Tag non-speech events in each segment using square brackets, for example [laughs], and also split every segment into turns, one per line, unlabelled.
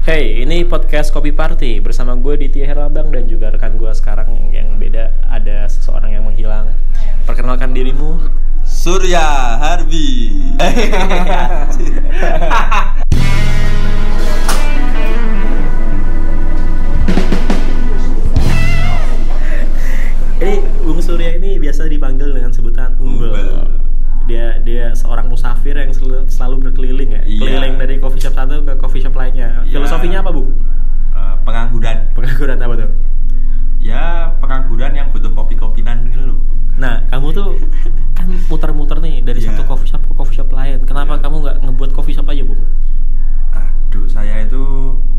Hey, ini podcast Kopi Party bersama gue Ditya Herlambang dan juga rekan gue sekarang yang- yang beda ada seseorang yang menghilang. Perkenalkan dirimu.
Surya [laughs] Harbi. Eh,
Ini Bung Surya ini biasa dipanggil dengan sebutan Umbel.
Umbel.
Dia dia seorang musafir yang sel- selalu berkeliling ya,
Iya.
keliling dari coffee shop satu ke coffee shop lainnya.
Iya.
Filosofinya apa, Bung?
Eh, pengangguran.
Pengangguran apa tuh?
Ya, pengangguran yang butuh kopi-kopinan gitu loh.
Nah, kamu tuh kan muter-muter nih dari
Iya.
satu coffee shop ke coffee shop lain. Kenapa
Iya.
kamu nggak ngebuat coffee shop aja, Bung?
Aduh, saya itu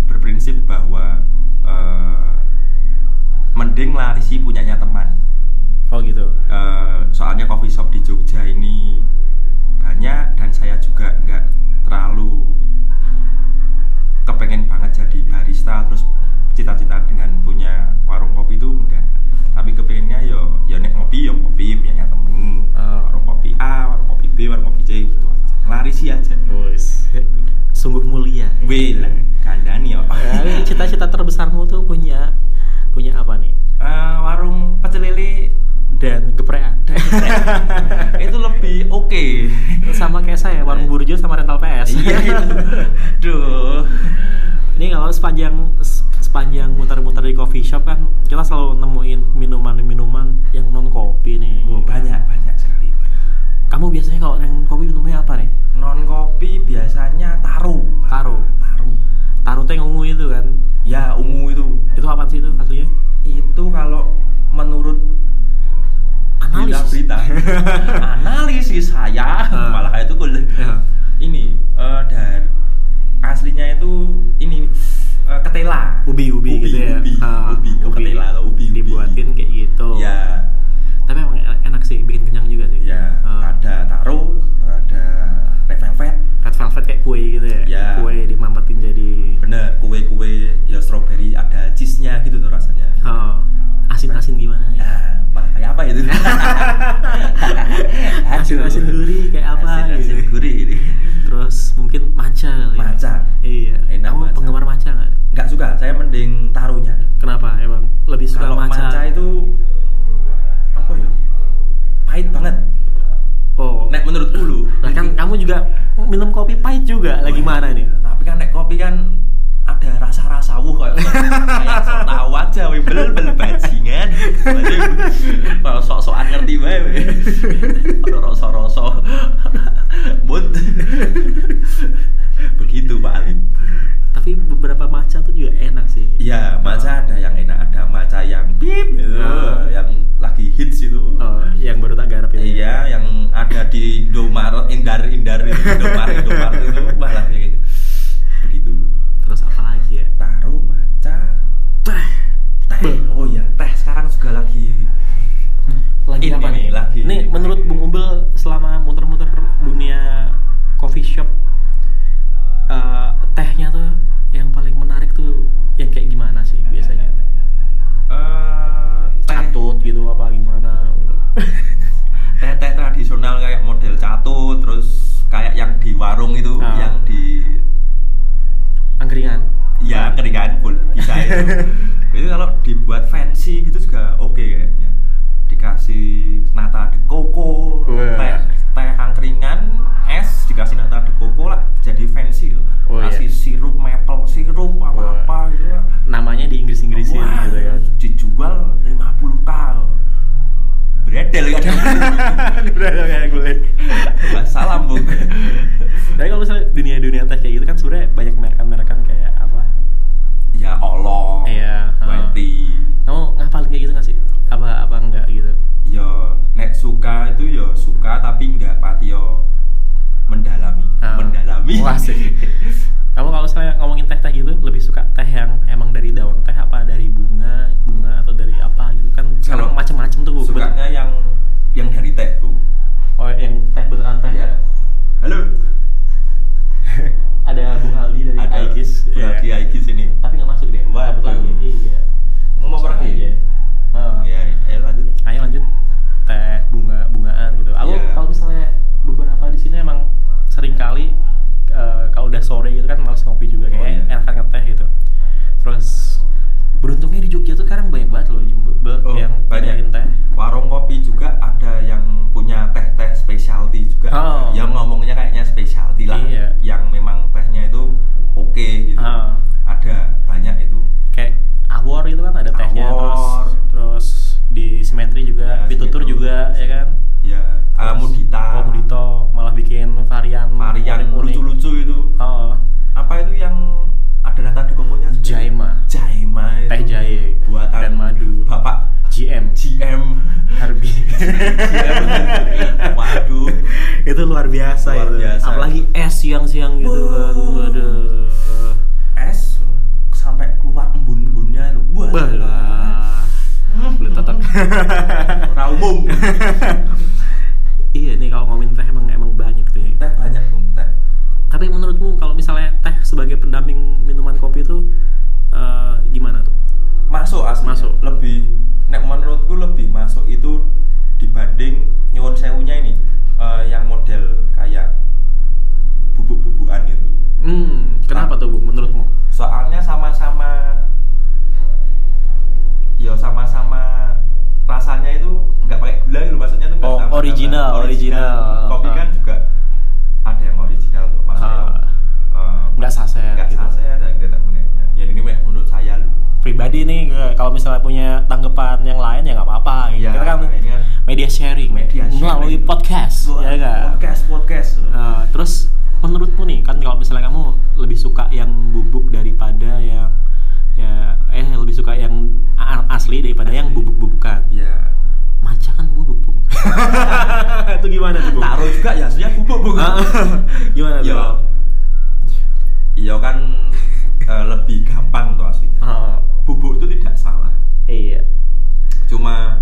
berprinsip bahwa eh, mending larisi punyanya teman.
Oh gitu.
Eh, soalnya coffee shop di Jogja ini banyak dan saya juga nggak terlalu kepengen banget jadi barista terus cita-cita dengan punya warung kopi itu enggak tapi kepengennya yo yo nek ngopi yo ngopi punya temen
Ah.
warung kopi A warung kopi B warung kopi C gitu aja lari sih aja
Wes. Sungguh mulia.
wih lah kandani yo
Tapi cita-cita terbesarmu tuh punya punya apa nih?
[laughs] Eh, warung pecel lele
Dan geprean.
[laughs] itu lebih oke
sama kayak saya, warung burjo sama rental PS.
iya duh
Ini kalau sepanjang se- sepanjang muter-muter di coffee shop kan kita selalu nemuin minuman-minuman yang non kopi nih.
Wah, Oh, banyak banyak sekali.
Kamu biasanya kalau yang kopi minumnya apa nih?
Non kopi biasanya taro.
Taro.
Taro.
Taruh teh yang ungu itu kan.
Ya ungu itu.
Itu apa sih itu aslinya?
Itu kalau menurut
Analisis.
berita,
[laughs]
analisis saya
Ah.
malah itu kulit.
Ya.
Ini eh dari aslinya itu ini eh, ketela.
Ubi-ubi
ubi,
gitu ya.
Ubi,
Ah,
ubi, oh, ketela atau ubi, ubi.
Dibuatin kayak gitu.
Ya,
Tapi emang enak, enak sih, bikin kenyang juga sih.
ya
Ah.
ada taro, ada red velvet,
Red velvet kayak kue gitu ya.
Ya.
Kue dimampetin jadi
bener kue-kue ya strawberry ada cheese-nya gitu tuh rasanya
oh, asin-asin gimana ya?
ah malah kayak apa itu
[laughs] Asin-asin gurih kayak apa
asin, asin
gitu.
gurih ini
Terus mungkin matcha kali. ya?
Matcha.
Iya.
Enak
Kamu
matcha.
penggemar matcha nggak?
nggak suka saya mending taruhnya
Kenapa emang lebih suka
kalau matcha. itu apa ya pahit banget
Oh.
nek menurut ulu
Lah kan kamu juga minum kopi pahit
Oh,
juga.
iya.
Lah gimana nih?
tapi kan nek kopi kan ada rasa-rasa wuh kayak kayak sok tahu aja we bel bel bajingan kalau sok-sokan ngerti wae we kalau rasa-rasa but begitu Pak Ali
Tapi beberapa matcha tuh juga enak sih.
Iya, maca ada yang enak, ada maca yang pip, gitu,
Ah.
yang lagi hits itu.
Oh, yang baru tak garap ini.
Iya, yang ada di Indomaret, Indar-Indar, di Indomaret, Indomaret itu malah kayak gitu. Begitu.
Terus apa lagi ya?
Taruh maca,
Bah.
teh. Oh iya, teh sekarang juga lagi. eh,
Lagi
Ini
apa
nih,
nih?
lagi.
Nih, menurut Bung Umbel selama muter-muter dunia coffee shop eh, tehnya tuh yang paling menarik tuh yang kayak gimana sih biasanya?
eh teh,
Catut gitu apa
[laughs]
gimana gitu.
teh teh tradisional kayak model catut, terus kayak yang di warung itu,
Ah.
yang di
Angkringan.
Ya keringan pun bisa
[laughs]
itu. itu kalau dibuat fancy gitu juga oke kayaknya. Dikasih nata de coco,
Wah.
teh teh angkringan, es dikasih nata de coco lah jadi fancy loh.
Oh, iya.
Kasih sirup maple sirup apa-apa gitu. lah.
Namanya di Inggris-Inggrisin
Wah,
gitu
[laughs]
kan.
Dijual 50 k. Bredel ya.
[laughs] kayak gue.
Salam, [laughs] Bung.
Tapi kalau misalnya dunia-dunia teh kayak gitu kan sebenarnya banyak merekan-merekan kayak apa?
ya Allah.
Iya, ha.
White tea.
Kamu ngapalin kayak gitu nggak sih? Apa apa enggak gitu?
yo ya, nek suka itu yo suka tapi nggak pati yo mendalami
Ah.
mendalami
Wah, asik. Kamu kalau misalnya ngomongin teh-teh gitu, lebih suka teh yang emang dari daun teh apa dari bunga, bunga atau dari apa gitu kan? Sekarang
Kalau
macem-macem tuh Bu.
[laughs] sukanya yang yang dari teh bu
Oh, yang teh beneran teh.
ya halo
Ada Bung Aldi dari Aegis.
Bu Aldi
Iya.
Aegis ini
Tapi nggak masuk deh.
Waduh.
Cabut lagi. Iya.
Kamu mau pergi?
Iya. Heeh.
ya ya lanjut
Ayo lanjut teh bunga bungaan gitu. Aku
Iya.
kalau misalnya beberapa di sini emang sering kali eh, kalau udah sore gitu kan males ngopi juga
Oh,
kayak
iya.
enakan ngeteh gitu.
Oh, iya. gitu.
gitu kan
Iya,
ya kan?
Ya, eh, Ah,
oh, Oh, luar biasa
Luar
[laughs] itu.
biasa.
Apalagi es siang-siang gitu kan.
Wow.
Waduh.
es sampai keluar embun-embunnya lu buat
Bah, lah. Boleh tetap. Hmm.
[laughs] ora umum
iya nih kalau ngomongin teh emang emang banyak nih.
teh banyak dong teh
Tapi menurutmu kalau misalnya teh sebagai pendamping minuman kopi itu eh, gimana tuh?
masuk asli
Masuk.
lebih nek menurutku lebih masuk itu dibanding nyuwun sewunya ini eh, yang model kayak bubuk-bubukan itu
Hmm, kenapa tuh, Bu? Menurutmu?
soalnya sama-sama ya sama-sama rasanya itu nggak pakai gula gitu maksudnya tuh nggak
Oh,
sama-sama
original, original.
kopi
Ah.
kan juga ada yang original tuh maksudnya
Ah.
eh,
Nggak saset
nggak
gitu.
saset dan tidak mengeknya ya ini me- menurut saya loh
pribadi nih ke- kalau misalnya punya tanggapan yang lain ya nggak apa-apa gitu.
Iya,
Kita kan
ini kan
media sharing,
media sharing.
melalui podcast,
Wah,
ya nggak?
podcast podcast
Nah, terus menurutmu nih kan kalau misalnya kamu lebih suka yang bubuk daripada yang ya eh lebih suka yang a- asli daripada yang
Asli.
bubuk-bubukan.
ya
Maca kan bubuk bubuk. [laughs] Itu gimana tuh? Bung?
taruh juga ya aslinya bubuk bubuk
Ah, [laughs] gimana tuh?
Yo. Iya kan eh, lebih gampang tuh aslinya.
Ah,
Bubuk itu tidak salah.
iya.
Cuma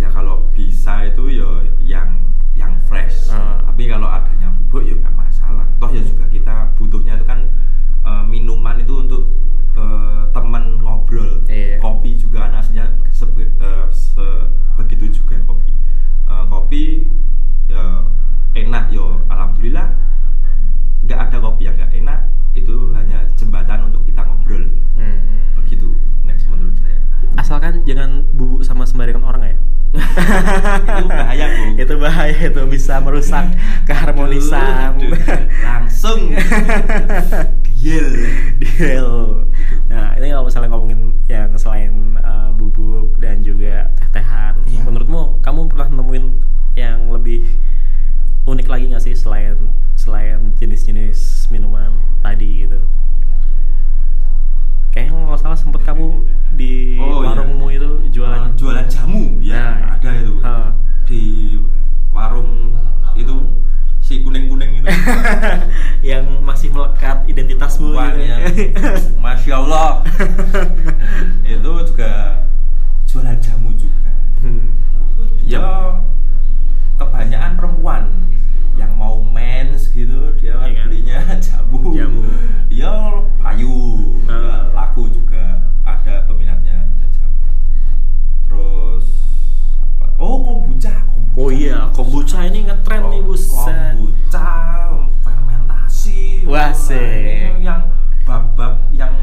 ya kalau bisa itu ya yang yang fresh.
Ah.
Tapi kalau adanya bubuk ya nggak masalah. Toh ya juga kita butuhnya itu kan eh, minuman itu untuk eh, temen ngobrol.
Iya.
Kopi juga kan aslinya sebe- eh, se- begitu juga kopi. Eh, kopi ya enak yo alhamdulillah nggak ada kopi yang nggak enak itu hanya jembatan untuk kita ngobrol
Hmm,
begitu next menurut saya
Asalkan jangan bubuk sama sembarangan orang [laughs] ya.
itu bahaya bu
itu bahaya itu bisa merusak keharmonisan
Aduh, aduh.
[laughs]
langsung deal
deal nah ini kalau misalnya ngomongin yang selain eh, bubuk dan juga teh-tehan
Iya.
menurutmu kamu pernah nemuin yang lebih unik lagi nggak sih selain selain jenis-jenis minuman tadi gitu kayaknya kalau nggak salah sempet kamu di
Oh, iya.
warungmu itu jualan
Eh, jualan jamu ya
Nah,
ada itu
ha.
di warung itu si kuning kuning
[laughs] Oh,
itu
iya, yang masih melekat identitasmu
Wah,
gitu. [laughs]
ya. masya allah itu juga jualan jamu juga
Hmm.
ya kebanyakan perempuan yang mau mens gitu dia kan
Iya kan?
belinya [laughs] jamu
Jamu.
ya payu
Ah.
ya, laku juga ada peminatnya ada jamu terus apa oh kombucha kombucha Oh,
Oh iya, kombucha ini ngetren nih buset.
kombucha fermentasi
Wah, sih.
ini yang bab-bab yang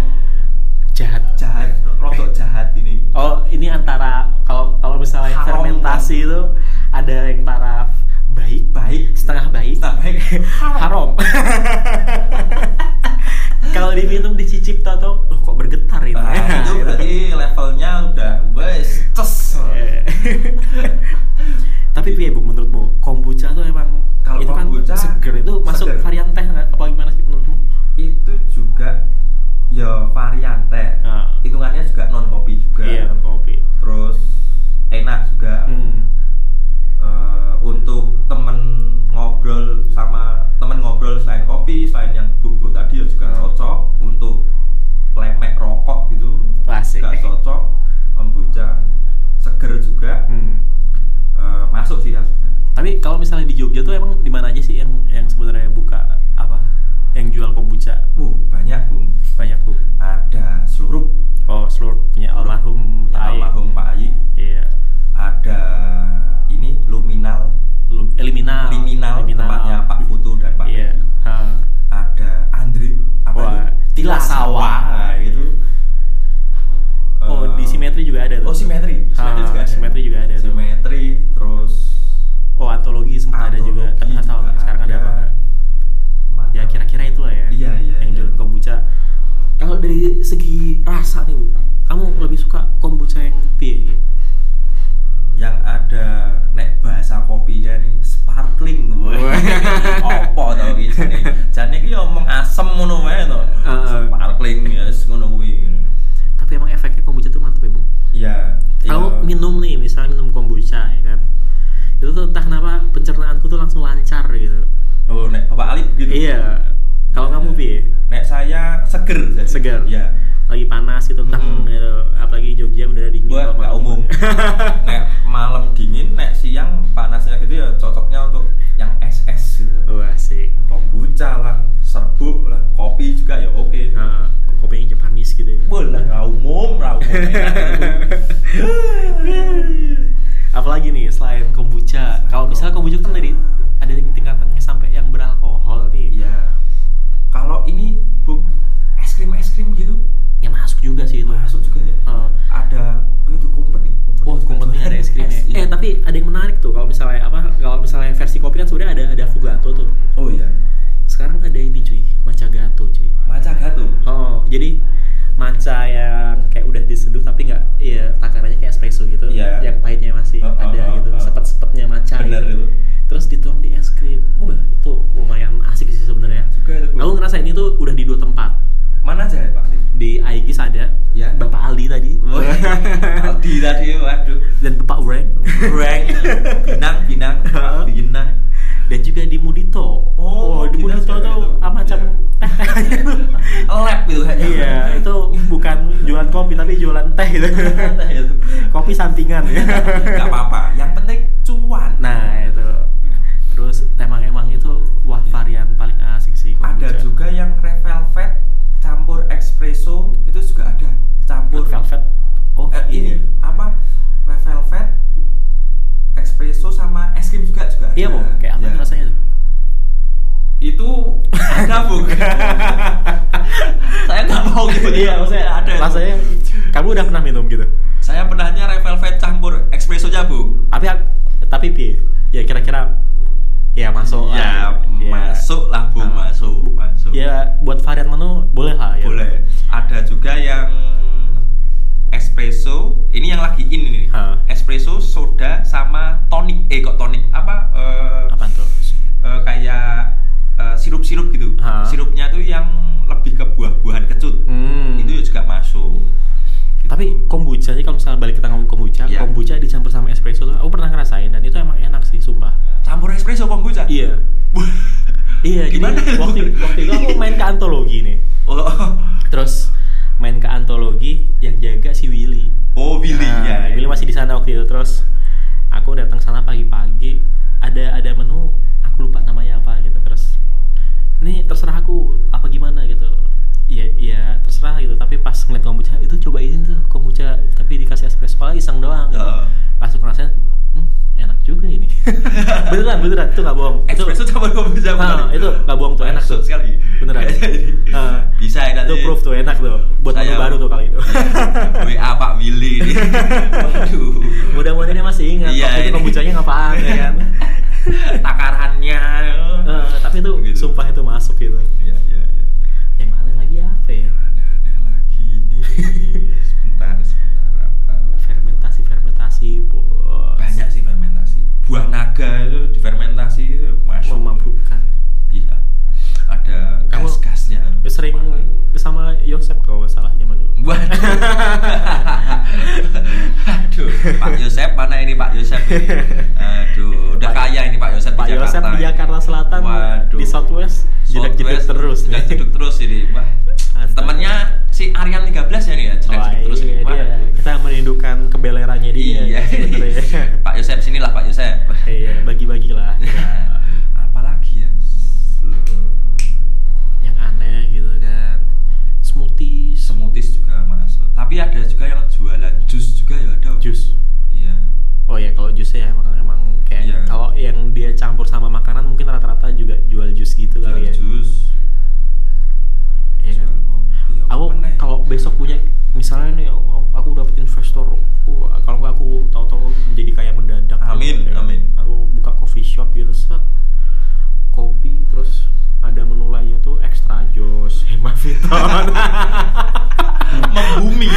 Jahat.
jahat rodok jahat ini
Oh, ini antara kalau kalau misalnya
Haram.
fermentasi itu ada yang taraf baik,
baik
setengah baik,
nah baik
haram. [laughs] kalau diminum dicicip tau tau, "Loh, kok bergetar ini. [laughs]
Nah, itu
iya.
berarti levelnya udah wes tes.
Eh. Tapi piye Bung menurutmu? Kombucha tuh emang
Kalau
itu kan
kombucha,
seger itu masuk
seger.
varian teh nggak? apa gimana sih menurutmu?
Itu juga ya varian teh.
Ah.
Hitungannya juga non kopi juga.
kan kopi.
Terus enak juga.
Hmm.
Eh, untuk temen ngobrol sama temen ngobrol selain kopi, selain yang bubuk tadi ya juga
Hmm.
cocok untuk lemek rokok gitu.
Klasik.
Juga cocok kombucha seger juga.
Hmm.
Eh, masuk sih hasilnya.
Tapi kalau misalnya di Jogja tuh emang di mana aja sih yang yang sebenarnya buka apa
Uh,
Iya. eh, Iya.
nah,
Oh,
Eh, oh,
Oh, Ya, ya, ya kan.
ya Iya.
gitu.
Oh, gitu.
Iya.
Iya. seger jadi.
segar
ya
lagi panas gitu teng
Mm-mm.
gitu. apalagi Jogja udah dingin
gua
kalau malam.
nggak
[laughs]
umum nek malam dingin nek siang panasnya gitu ya cocoknya untuk yang es es gitu
wah asik
kombucha lah serbuk lah kopi juga ya oke
Nah, kopinya Japanese gitu ya.
boleh lah umum lah umum
apalagi nih selain kombucha kalau misalnya kombucha kan dari ada yang tingkatannya sampai yang beralkohol nih
[laughs] Iya. Kalau ini, Bung, es krim es krim gitu
ya masuk juga sih itu
masuk juga ya.
Oh.
Ada oh itu kumpet nih. Kumpet
Wah, kompetnya ada es krim ya. Eh, tapi ada yang menarik tuh kalau misalnya apa? Kalau misalnya versi kopi kan sebenarnya ada ada affogato tuh.
oh iya.
Sekarang ada ini cuy, matcha gato cuy.
Maca gato.
Oh, jadi matcha yang kayak udah diseduh tapi nggak ya takarannya kayak espresso gitu.
Iya.
Yang pahitnya masih
Oh, oh,
ada
oh,
gitu,
oh.
sepet-sepetnya matcha.
Bener
gitu.
itu.
Terus dituang di es krim. Wah, itu lumayan asik sih sebenarnya.
Juga itu, Bu.
Aku ngerasa ini tuh udah di dua tempat.
Mana aja ya, Pak? Aldi?
Di Aegis ada,
Iya.
Bapak Aldi tadi.
Woi, [laughs] Aldi tadi waduh.
[laughs] Dan Bapak Ureng.
Rank Pinang, Pinang,
Hah?
Pinang.
dan juga di Mudito.
Oh,
di
Mudito
Mudito
juga
tuh
itu.
ah, macam teh.
Lab gitu kayaknya.
[laughs] iya, itu bukan jualan kopi tapi jualan teh gitu.
Teh itu.
kopi sampingan ya.
Gak apa-apa. Yang penting cuan.
nah, itu. Terus emang-emang itu wah varian paling asik sih
Iya. ada
kombucha.
juga yang red velvet campur espresso itu juga ada campur
Red velvet. Oh,
eh, ini
iya.
apa red velvet espresso sama es krim juga juga
Iya,
ada.
Bu. Kayak apa
Iya.
tuh rasanya tuh?
itu ada
[laughs]
bu saya nggak mau gitu ada itu.
Iya, rasanya kamu udah pernah minum gitu.
saya pernahnya red velvet campur espresso nya bu
Tapi tapi pi, ya kira-kira ya masuk
ya,
lah. Ya.
masuk lah bu
Ah.
masuk masuk
Ya buat varian menu boleh lah ya.
boleh ada juga yang espresso ini yang lagi in ini
Ha.
espresso soda sama tonic eh kok tonic apa eh,
Apaan tuh?
eh, kayak eh, sirup-sirup gitu
Ha.
sirupnya tuh yang lebih ke buah-buahan kecut
Hmm.
itu juga masuk Gitu.
Tapi kombucha sih kalau misalnya balik kita ngomong kombucha,
Iya.
kombucha dicampur sama espresso tuh aku pernah ngerasain dan itu emang enak sih sumpah.
campur espresso kombucha
Iya.
[laughs]
iya,
Gimana
jadi
itu?
waktu waktu itu aku main ke antologi nih.
oh
Terus main ke antologi yang jaga si Willy.
oh Billy
Nah,
ya
Willy masih di sana waktu itu. Terus aku datang sana pagi-pagi ada ada menu aku lupa namanya apa gitu. Terus ini terserah aku apa gimana gitu. Iya, iya terserah gitu. Tapi pas ngeliat kombucha itu cobain tuh kombucha tapi dikasih espresso paling iseng doang. Gitu.
Heeh.
Langsung ngerasain hmm, enak juga
[laughs]
ini. beneran beneran itu nggak bohong. Itu-
espresso campur kombucha
Ah,
benar.
itu nggak bohong tuh, enak
Masuk
tuh.
sekali [laughs]
Beneran. Ah.
bisa ya nanti
Itu proof tuh enak tuh buat menu
Saya-
baru tuh
[laughs]
kali itu.
WA Pak Willy ini. Waduh.
Mudah-mudahan dia masih ingat
Iya,
waktu itu
ini.
kombuchanya ngapain ya kan.
[laughs] Takarannya.
Eh, tapi itu
Gitu.
sumpah itu masuk gitu.
Iya, iya, iya.
Yang aneh lagi apa ya?
Aneh-aneh lagi ini. Sebentar, sebentar apa?
Fermentasi fermentasi bos.
Banyak sih fermentasi. Buah naga itu difermentasi itu masuk.
memabukkan.
Iya. Ada
Kamu
gas-gasnya.
Ya, Sering sama Yosep kalau nggak salah zaman dulu.
Waduh. Aduh,
[laughs]
Pak Yosep mana ini Pak Yosep? ini? Aduh, udah
Pak-
kaya ini Pak Yosep
Pak
di Jakarta.
Yosep di
ini.
Jakarta Selatan,
Waduh.
di Southwest, jedak-jeduk
Southwest,
terus nih.
Jedak-jeduk terus ini. Wah.
Astaga.
Temennya si Aryan 13 ya nih ya,
[laughs]
jedak-jeduk
Wah,
terus
iya,
ini.
dia.
Waduh.
Kita merindukan kebelerannya dia. [laughs] gitu
Iya.
sebenarnya.
[laughs] Pak Yosep sinilah Pak Yosep.
ya.
Nah,
Iya,
[laughs]
bagi-bagi lah.
Apalagi ya?
yang aneh gitu kan. Smoothies,
Semutis juga masuk. Tapi ada juga yang jualan jus juga ya ada.
jus.
Iya.
Oh ya kalau jus ya emang emang kayak
Iya.
kalau yang dia campur sama makanan mungkin rata-rata juga jual jus gitu
Jual
kali ya.
jus.
Iya kan? Aku
ya?
kalau besok punya misalnya nih aku dapet investor, wah, kalau nggak aku tahu-tahu menjadi kaya mendadak.
Amin,
ya kan?
amin.
Aku buka coffee shop gitu, set kopi terus ada menu lainnya tuh extra jus, [laughs]
[laughs]
hemaviton.
[laughs] membumi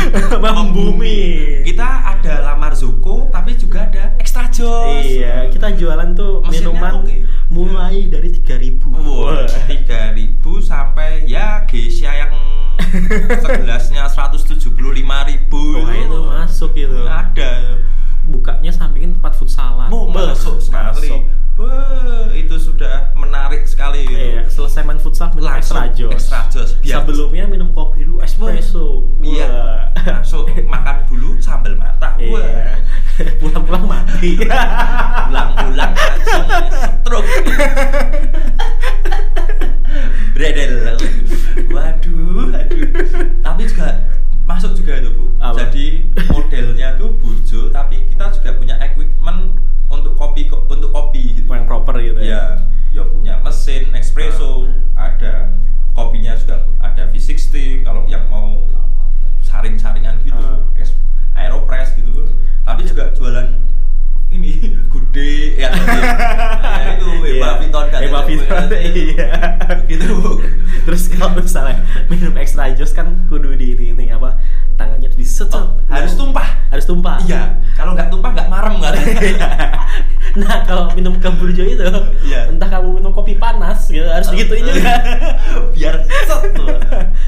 Membumi.
kita ada lamar zuko tapi juga ada extra jos
iya, kita jualan tuh
Mesinnya
minuman
oke.
mulai dari 3000.
Wah, 3000 sampai ya geisha yang
[laughs]
segelasnya 175.000 ribu
Wah, itu masuk itu.
ada
bukanya sampingin tempat futsalan.
Bu,
Beuh,
masuk sekali
masuk.
Wah, itu sudah menarik sekali
Iya, selesai main futsal minum
langsung
extra jos.
Extra jos, biar-
Sebelumnya minum kopi dulu espresso.
Iya.
Wah.
Langsung makan dulu sambal mata.
Iya.
[laughs]
[laughs]
Wah.
Pulang-pulang
[laughs]
mati.
Pulang-pulang langsung stroke. Bredel. Waduh, aduh. Tapi juga masuk juga itu, Bu.
Apa?
Jadi modelnya tuh burjo tapi kita juga punya equipment untuk kopi untuk kopi gitu.
Yang proper gitu ya.
Ya, ya punya mesin espresso, ada kopinya juga ada V60 kalau yang mau saring-saringan gitu,
Ah.
es- aeropress gitu. Tapi juga jualan ini [laughs] gude ya, [laughs] ya itu Eba
Iya.
Piton kan.
Eba Piton, iya.
Gitu.
[laughs] Terus kalau misalnya minum extra jos kan kudu di ini ini apa? Tangannya harus diset.
Oh, harus tumpah.
Harus tumpah.
Iya, kalau nggak tumpah nggak marem [laughs] nggak
Iya. [laughs] nah kalau minum kamburjo itu
Iya. Oh,
entah kamu minum kopi panas gitu harus digituin juga
[laughs] biar set tuh.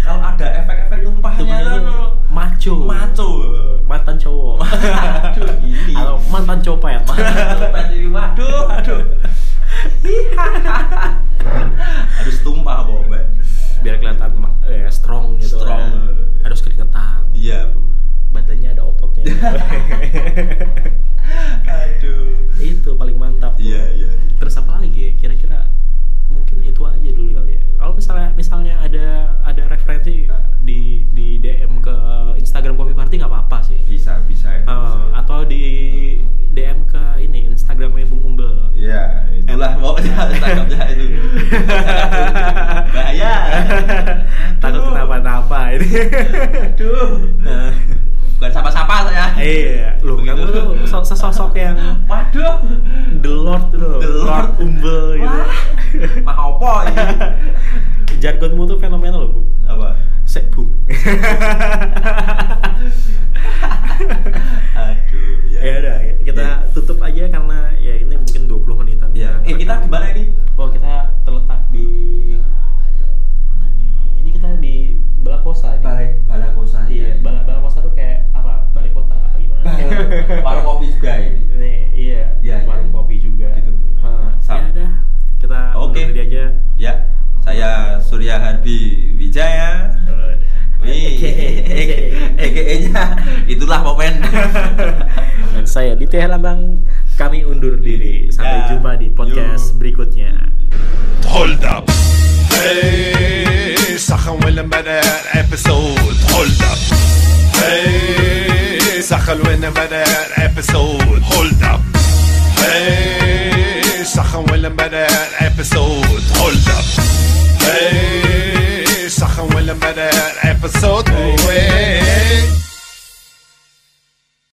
Kalau ada efek-efek tumpahnya
Temennya itu
tuh
maco
Iya, maco. Iya.
mantan cowok
[laughs] Aduh, ini.
atau mantan copet
[laughs] Copet ini, waduh, aduh. Iya. Harus tumpah, Bu, Mbak.
biar kelihatan ma- eh, strong gitu
Strong.
kan. harus keringetan
Iya, Bu.
badannya ada
[laughs]
ototnya
Aduh.
itu paling mantap tuh.
Iya, iya. iya.
terus apa lagi ya? kira-kira mungkin itu aja dulu kali ya kalau misalnya misalnya ada ada referensi di di DM ke Instagram Coffee Party nggak apa-apa sih
Bisa, bisa. itu
Eh,
bisa.
atau di DM ke ini Instagramnya Bung Umbel
Iya, itulah [laughs] pokoknya tangkapnya itu.
[laughs]
Bahaya.
takut
Aduh.
kenapa-napa ini
Aduh.
Nah,
Bukan sapa-sapa saya.
iya loh
Begitu.
kamu tuh so- sesosok yang
Waduh.
the Lord tuh
The Lord.
Umbel gitu
Wah. Mah
[laughs]
opo ini?
jargonmu tuh fenomenal loh Bung
Apa?
Sek
[laughs]
Bung
Aduh, ya.
ya udah ya, kita
Ya.
tutup aja karena ya ini mungkin 20 menitan
Ya, eh kita di mana ini?
oh kita terletak di mana nih ini kita di Balakosa nih.
Balai Balakosa.
Iya, bala bala kosa tuh kayak apa? Balai kota apa gimana?
Bal- [laughs] Warung kopi juga ini.
Ini iya,
Iya, iya.
warung kopi juga.
Gitu.
Ha,
Sam.
ya udah, kita
Oke.
undur diri aja.
Ya, saya Surya Harbi Wijaya. Wih, EKE-nya itulah momen.
[laughs] Dan [laughs] saya Ditya Lambang, kami undur diri. Sampai
Ya.
jumpa di podcast
Yuk.
berikutnya.
Hold up. Hey, Sachen will better episode. Hold up. Hey, Sachen will better episode. Hold up. Hey, Sachen will better episode. Hold up. Hey, Sachen will better